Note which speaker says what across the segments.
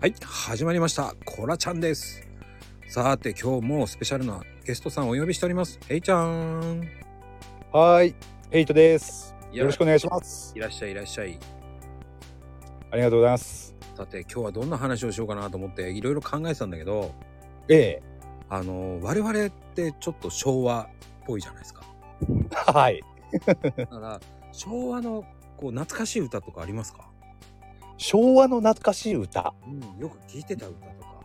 Speaker 1: はい、始まりました。コラちゃんです。さて、今日もスペシャルなゲストさんをお呼びしております。えいちゃん。
Speaker 2: はーい、エイトです。
Speaker 1: よ
Speaker 2: よろしくお願いします。
Speaker 1: いらっしゃい、いらっしゃい。
Speaker 2: ありがとうございます。
Speaker 1: さて、今日はどんな話をしようかなと思って、いろいろ考えてたんだけど、
Speaker 2: ええ、
Speaker 1: あの、我々ってちょっと昭和っぽいじゃない ですか。
Speaker 2: はい。
Speaker 1: だから、昭和のこう懐かしい歌とかありますか、
Speaker 2: 昭和の懐かしい歌、
Speaker 1: うん、よく聴いてた歌とか。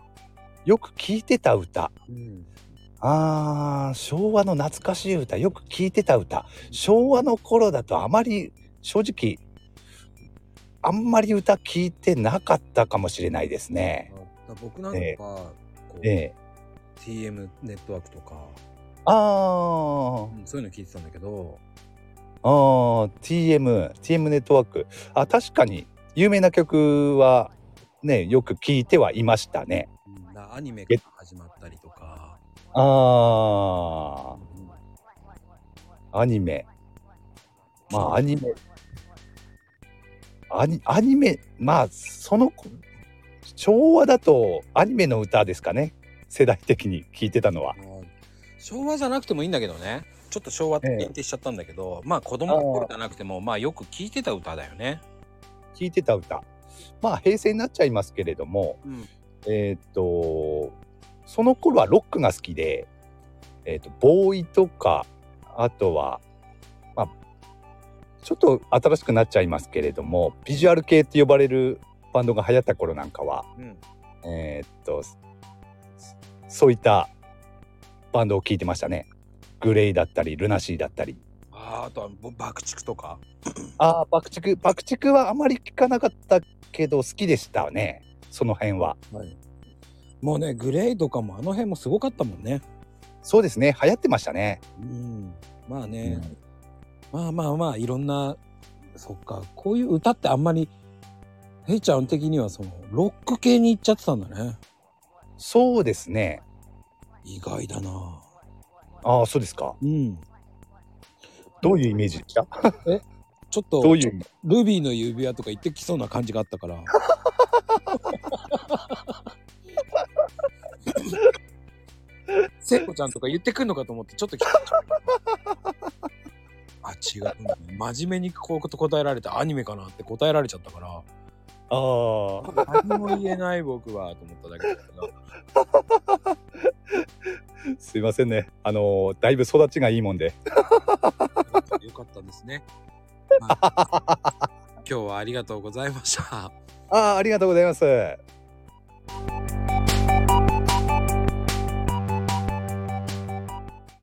Speaker 2: よく聞いてた歌。
Speaker 1: うん、
Speaker 2: あー、昭和の懐かしい歌、よく聞いてた歌。昭和の頃だとあまり、正直、あんまり歌聞いてなかったかもしれないですね。
Speaker 1: あ僕なんか、
Speaker 2: ええ
Speaker 1: こう
Speaker 2: ええ。
Speaker 1: TM ネットワークとか、
Speaker 2: あー
Speaker 1: う、んそういうの聞いてたんだけど、
Speaker 2: あー TM、TM ネットワーク。あ、確かに、有名な曲は、ね、よく聞いてはいましたね。
Speaker 1: うんなアニメが始まったりとか、うん
Speaker 2: ああ、アニメ。まあ、アニメ。アニアニメ、まあ、その、昭和だとアニメの歌ですかね。世代的に聞いてたのは。
Speaker 1: もう昭和じゃなくてもいいんだけどねちょっと昭和って認定しちゃったんだけど、まあ子供の頃じゃなくてもまあよく聞いてた歌だよね。
Speaker 2: 聞いてた歌。まあ、平成になっちゃいますけれども、
Speaker 1: うん
Speaker 2: えーっと、その頃はロックが好きで、えーっと、ボーイとか、あとは、まあ、ちょっと新しくなっちゃいますけれども、ビジュアル系って呼ばれるバンドが流行った頃なんかは、
Speaker 1: うん、
Speaker 2: えーっと、そそういったバンドを聴いてましたね。グレイだったり、ルナシーだったり。
Speaker 1: あーあとはぼ爆竹とか
Speaker 2: ああ、爆竹、爆竹はあまり聞かなかったけど、好きでしたね。その辺は。
Speaker 1: もうねグレイとかもあの辺もすごかったもんね。
Speaker 2: そうですね、流行ってましたね。
Speaker 1: うん、まあね、まあまあまあいろんなそっかこういう歌ってあんまりヘイちゃん的にはそのロック系に行っちゃってたんだね。
Speaker 2: そうですね。
Speaker 1: 意外だな。
Speaker 2: ああ、そうですか。
Speaker 1: うん、
Speaker 2: どういうイメージでした
Speaker 1: ちょっと
Speaker 2: どういう
Speaker 1: ルビーの指輪とか言ってきそうな感じがあった から。聖子ちゃんとか言ってくんのかと思ってちょっと聞こえちゃったあ違う、真面目にこう答えられてアニメかなって答えられちゃったから
Speaker 2: ああ、
Speaker 1: 何も言えない僕はと思っただけだけど
Speaker 2: すいませんね。あのーだいぶ育ちがいいもんで。
Speaker 1: よかったですね、まあ今日はありがとうございました
Speaker 2: ああ、ありがとうございます。